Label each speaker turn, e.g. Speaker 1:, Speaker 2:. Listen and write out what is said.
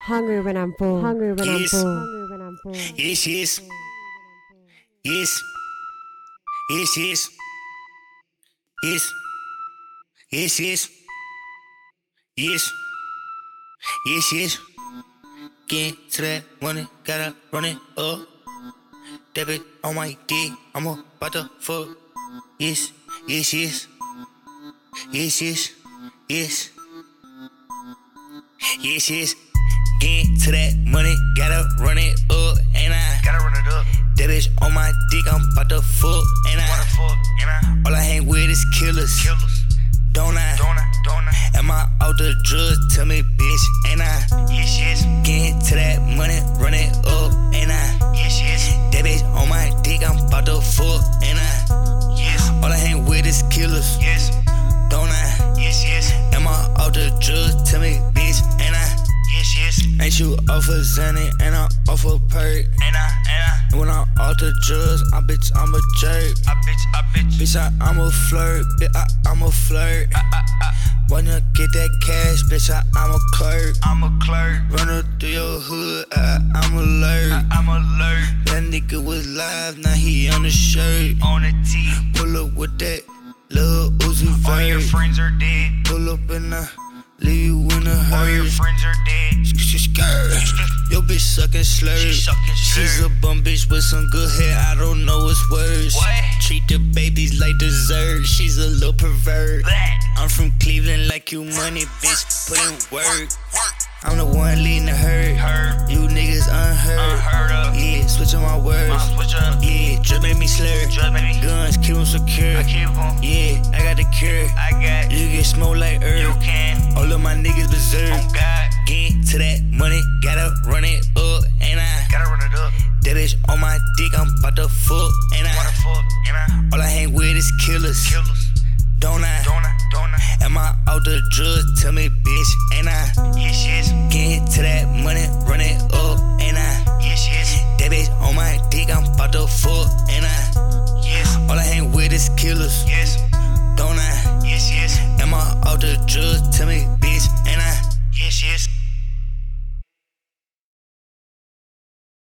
Speaker 1: Hungry when I'm full. Hungry when
Speaker 2: Yes.
Speaker 1: I'm full. Hungry when I'm full.
Speaker 2: Yes, yes. Yes. Yes, yes. Yes. Yes, yes. Yes. Yes, yes. Get to that money, gotta run it up. Debit on my dick, I'm about to fuck. Yes, yes, yes. Yes, yes. Yes. Yes, yes. Get to that money, gotta run it up, and I
Speaker 3: Gotta run it up.
Speaker 2: that bitch on my dick, I'm about to fuck, and
Speaker 3: Wanna
Speaker 2: I
Speaker 3: fuck, and I
Speaker 2: all I hang with is killers,
Speaker 3: kill us.
Speaker 2: don't I?
Speaker 3: Don't I? Don't I?
Speaker 2: Am I out the drugs? Tell me, bitch, and I
Speaker 3: Yes, yes.
Speaker 2: get to that money, run it up, and I
Speaker 3: Yes, yes.
Speaker 2: that bitch on my dick, I'm about to fuck, and I
Speaker 3: Yes,
Speaker 2: all I hang with is killers,
Speaker 3: yes.
Speaker 2: don't I?
Speaker 3: Yes, yes.
Speaker 2: Am I out the drugs? Tell me, bitch, and I
Speaker 3: Yes, yes.
Speaker 2: ain't you off a Xanny and I'm off a perk.
Speaker 3: And I, and
Speaker 2: And when I'm off the drugs, I bitch, I'm a jerk.
Speaker 3: I, I bitch, I bitch.
Speaker 2: Bitch, I, I'm a flirt. Bitch, I, I'm a flirt.
Speaker 3: Ah,
Speaker 2: Wanna get that cash, bitch, I, I'm a clerk.
Speaker 3: I'm a clerk. Ah,
Speaker 2: Run her through your hood, I, I'm alert.
Speaker 3: I'm alert
Speaker 2: That nigga was live, now he on the shirt.
Speaker 3: on a T.
Speaker 2: Pull up with that little Uzi
Speaker 3: All your
Speaker 2: vert.
Speaker 3: friends are dead.
Speaker 2: Pull up and I leave you in a
Speaker 3: All your
Speaker 2: hurry.
Speaker 3: friends are dead.
Speaker 2: Skirt. Your bitch sucking slurs.
Speaker 3: She sucking
Speaker 2: She's a
Speaker 3: slurs.
Speaker 2: bum bitch with some good hair. I don't know what's worse.
Speaker 3: What?
Speaker 2: Treat the babies like dessert. She's a little pervert.
Speaker 3: That.
Speaker 2: I'm from Cleveland, like you money, bitch. Put in work. I'm the one leading the herd.
Speaker 3: Her.
Speaker 2: You niggas unheard.
Speaker 3: Unheard of.
Speaker 2: Yeah, switch on my
Speaker 3: My
Speaker 2: words.
Speaker 3: switch up.
Speaker 2: Yeah, just make me slur.
Speaker 3: Just make me.
Speaker 2: Guns, keep 'em secure.
Speaker 3: I keep 'em.
Speaker 2: Yeah, I got the cure.
Speaker 3: I got.
Speaker 2: You get smoked like
Speaker 3: You
Speaker 2: herb.
Speaker 3: can.
Speaker 2: All of my niggas berserk.
Speaker 3: Oh God.
Speaker 2: Get to that money, gotta run it up, and I
Speaker 3: Gotta run it up.
Speaker 2: that bitch on my dick, I'm about to fuck, and
Speaker 3: Wanna
Speaker 2: I
Speaker 3: fuck, and I
Speaker 2: all I hang with is killers,
Speaker 3: kill us.
Speaker 2: don't I?
Speaker 3: Don't I? Don't I?
Speaker 2: Am I out the drugs? Tell me, bitch, and I
Speaker 3: Yes, yes.
Speaker 2: get to that money, run it up, and I
Speaker 3: Yes, yes.
Speaker 2: that bitch on my dick, I'm about to fuck, and I
Speaker 3: Yes.
Speaker 2: all I hang with is killers,
Speaker 3: Yes.